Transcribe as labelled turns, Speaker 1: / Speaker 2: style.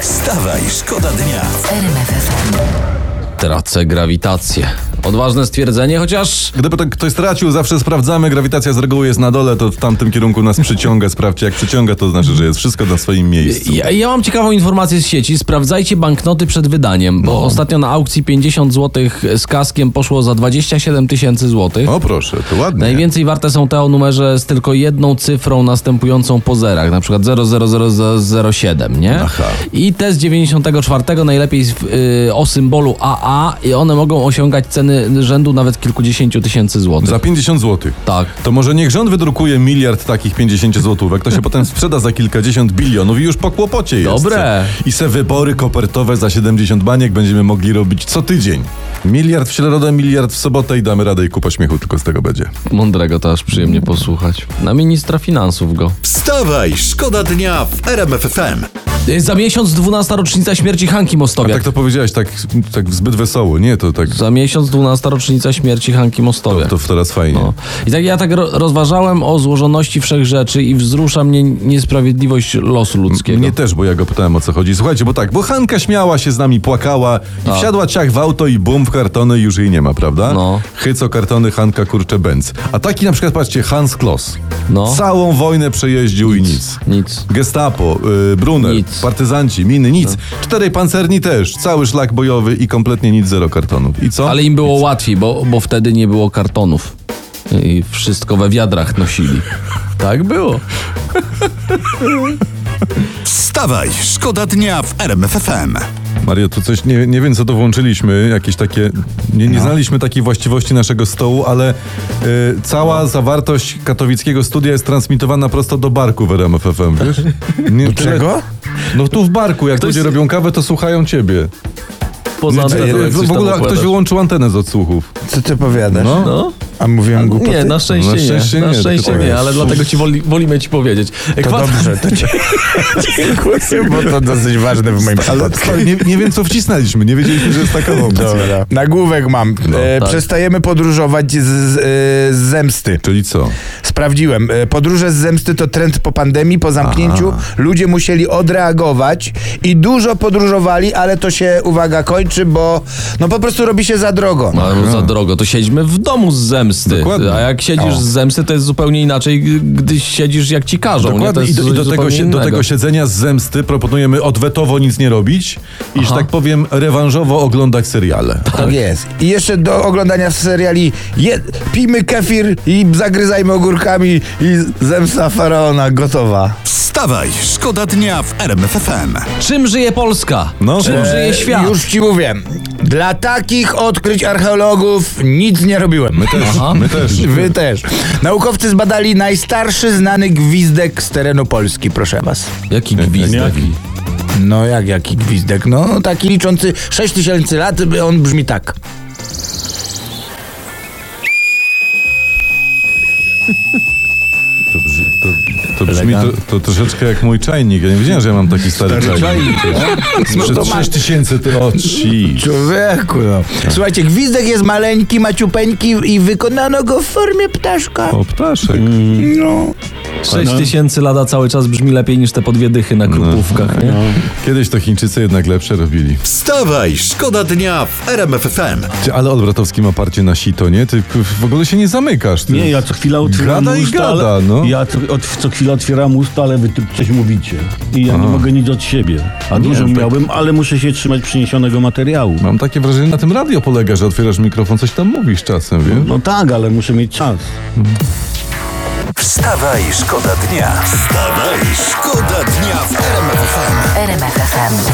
Speaker 1: Wstawaj, szkoda dnia.
Speaker 2: Tracę grawitację. Odważne stwierdzenie, chociaż
Speaker 3: Gdyby to ktoś stracił, zawsze sprawdzamy. Grawitacja z reguły jest na dole, to w tamtym kierunku nas przyciąga. Sprawdźcie, jak przyciąga, to znaczy, że jest wszystko na swoim miejscu.
Speaker 2: ja, ja mam ciekawą informację z sieci. Sprawdzajcie banknoty przed wydaniem,
Speaker 3: No.
Speaker 2: bo ostatnio na aukcji 50 zł z kaskiem poszło za 27 tysięcy złotych.
Speaker 3: O proszę, to ładnie.
Speaker 2: Najwięcej warte są te o numerze z tylko jedną cyfrą następującą po zerach, na przykład 00007, nie?
Speaker 3: Aha.
Speaker 2: I te z 94 najlepiej z, y, o symbolu AA i one mogą osiągać ceny rzędu nawet kilkudziesięciu tysięcy złotych.
Speaker 3: Za 50 zł.
Speaker 2: Tak.
Speaker 3: To może niech rząd wydrukuje miliard takich 50 złotówek, to się potem sprzeda za kilkadziesiąt bilionów i już po kłopocie jest.
Speaker 2: Dobre.
Speaker 3: I se wybory kopertowe za 70 baniek będziemy mogli robić co tydzień. Miliard w środę, miliard w sobotę i damy radę i kupa śmiechu tylko z tego będzie.
Speaker 2: Mądrego to aż przyjemnie posłuchać. Na ministra finansów go.
Speaker 1: Wstawaj, szkoda dnia w RMF FM.
Speaker 2: Y, Za miesiąc 12 rocznica śmierci Hanki Mostowiak.
Speaker 3: Tak to powiedziałeś, tak, tak zbyt wesoło. Nie, to tak...
Speaker 2: Za miesiąc 12 rocznica śmierci Hanki Mostowiak.
Speaker 3: To teraz fajnie.
Speaker 2: No. I tak ja tak ro- rozważałem o złożoności wszech rzeczy i wzrusza mnie niesprawiedliwość losu ludzkiego.
Speaker 3: Mnie też, bo ja go pytałem o co chodzi. Słuchajcie, bo tak, bo Hanka śmiała się z nami, płakała i wsiadła ciach w auto i bum w kartony i już jej nie ma, prawda?
Speaker 2: No.
Speaker 3: Chyco kartony Hanka kurcze bęc. A taki na przykład, patrzcie, Hans Kloss.
Speaker 2: No.
Speaker 3: Całą wojnę przejeździł i nic.
Speaker 2: Nic.
Speaker 3: Gestapo, y, Brunner,
Speaker 2: Nic. No.
Speaker 3: partyzanci, miny, nic. Czterej pancerni też, cały szlak bojowy i kompletnie nic, zero kartonów. I co?
Speaker 2: Ale im było łatwiej, bo, bo wtedy nie było kartonów. I wszystko we wiadrach nosili. Tak było.
Speaker 1: Wstawaj, szkoda dnia w RMF FM.
Speaker 3: Mario, tu coś, nie, nie wiem co to włączyliśmy, jakieś takie, nie,
Speaker 4: No.
Speaker 3: nie znaliśmy takiej właściwości naszego stołu, ale y, cała
Speaker 4: No.
Speaker 3: zawartość katowickiego studia jest transmitowana prosto do barku w RMF FM, wiesz? Nie, do
Speaker 4: czego?
Speaker 3: No tu w barku, jak ludzie robią kawę, to słuchają ciebie.
Speaker 4: No,
Speaker 2: Poza
Speaker 3: Ty-
Speaker 2: anteną,
Speaker 3: w-
Speaker 2: jak coś
Speaker 3: w
Speaker 2: tam
Speaker 3: ogóle ktoś
Speaker 2: opowiadasz.
Speaker 3: wyłączył antenę z odsłuchów.
Speaker 4: Co ty powiadasz?
Speaker 3: No.
Speaker 2: No?
Speaker 4: A mówiłem głupoty?
Speaker 2: Nie, no. na szczęście,
Speaker 3: Na szczęście
Speaker 2: nie. Na
Speaker 3: nie, tak
Speaker 2: szczęście
Speaker 3: tylko
Speaker 2: nie,
Speaker 3: jest.
Speaker 2: ale dlatego ci woli, wolimy ci powiedzieć.
Speaker 4: To dobrze, to cię... Dziękuję, bo to dosyć ważne w moim
Speaker 3: Ale
Speaker 4: przypadku.
Speaker 3: stary, nie, nie wiem co wcisnęliśmy, nie wiedzieliśmy, że jest taka opcja.
Speaker 4: Dobra. Nagłówek mam. e,
Speaker 2: tak.
Speaker 4: Przestajemy podróżować z, z, e, z zemsty.
Speaker 3: Czyli co?
Speaker 4: Sprawdziłem. E, podróże z zemsty to trend po pandemii, po zamknięciu. Ludzie musieli odreagować i dużo podróżowali, ale to się, uwaga, kończy, bo no po prostu robi się za drogo.
Speaker 2: No, ale za drogo, to siedźmy w domu z zemsty.
Speaker 3: Dokładnie.
Speaker 2: A jak siedzisz z zemsty, to jest zupełnie inaczej, g- gdy siedzisz jak ci każą. nie? To
Speaker 3: Dokładnie.
Speaker 2: jest
Speaker 3: I do, i
Speaker 2: coś
Speaker 3: do, tego,
Speaker 2: zupełnie
Speaker 3: się, do
Speaker 2: innego.
Speaker 3: tego siedzenia z zemsty proponujemy odwetowo nic nie robić i, że tak powiem, rewanżowo oglądać seriale.
Speaker 4: Tak jest. I jeszcze do oglądania seriali je, pijmy kefir i zagryzajmy ogórkami i zemsta faraona gotowa.
Speaker 1: Wstawaj, szkoda dnia w RMF FM.
Speaker 2: Czym żyje Polska?
Speaker 3: No.
Speaker 2: Czym
Speaker 3: E,
Speaker 2: żyje świat?
Speaker 4: Już ci mówię. Dla takich odkryć archeologów nic nie robiłem. My też.
Speaker 2: Aha.
Speaker 3: My też.
Speaker 4: Wy też. Naukowcy zbadali najstarszy znany gwizdek z terenu Polski, proszę was.
Speaker 2: Jaki gwizdek?
Speaker 3: Jaki?
Speaker 4: No jak, jaki gwizdek? No taki liczący 6000 lat, on brzmi tak.
Speaker 3: To, to, to brzmi to, to troszeczkę jak mój czajnik. Ja nie wiedziałem, że ja mam taki stary, czajnik.
Speaker 4: No to
Speaker 3: Przez
Speaker 4: ma-
Speaker 3: 6 tysięcy ty oczy.
Speaker 4: Człowieku, no. Słuchajcie, gwizdek jest maleńki, maciupeńki i wykonano go w formie ptaszka.
Speaker 3: O ptaszek.
Speaker 4: No.
Speaker 2: 6 tysięcy lada cały czas brzmi lepiej niż te podwiedychy
Speaker 3: No.
Speaker 2: na krupówkach, nie?
Speaker 3: Kiedyś to Chińczycy jednak lepsze robili.
Speaker 1: Wstawaj, szkoda dnia w RMF FM.
Speaker 3: Ty, ale odwrotowski ma parcie na sito, nie? Ty k- w ogóle się nie zamykasz. Ty.
Speaker 5: Nie, ja co chwila otwieram
Speaker 3: Gada i
Speaker 5: usta,
Speaker 3: gada,
Speaker 5: ale
Speaker 3: no.
Speaker 5: ja co, od, co chwila otwieram usta, ale wy tu coś mówicie. I ja nie mogę nic od siebie. A dużo miałbym, ale muszę się trzymać przyniesionego materiału.
Speaker 3: Mam takie wrażenie, na tym radio polega, że otwierasz mikrofon, coś tam mówisz czasem, wiesz?
Speaker 5: No tak, ale muszę mieć czas.
Speaker 1: Wstawaj, szkoda dnia. Wstawaj, szkoda dnia w RMF FM.
Speaker 6: RMFFM.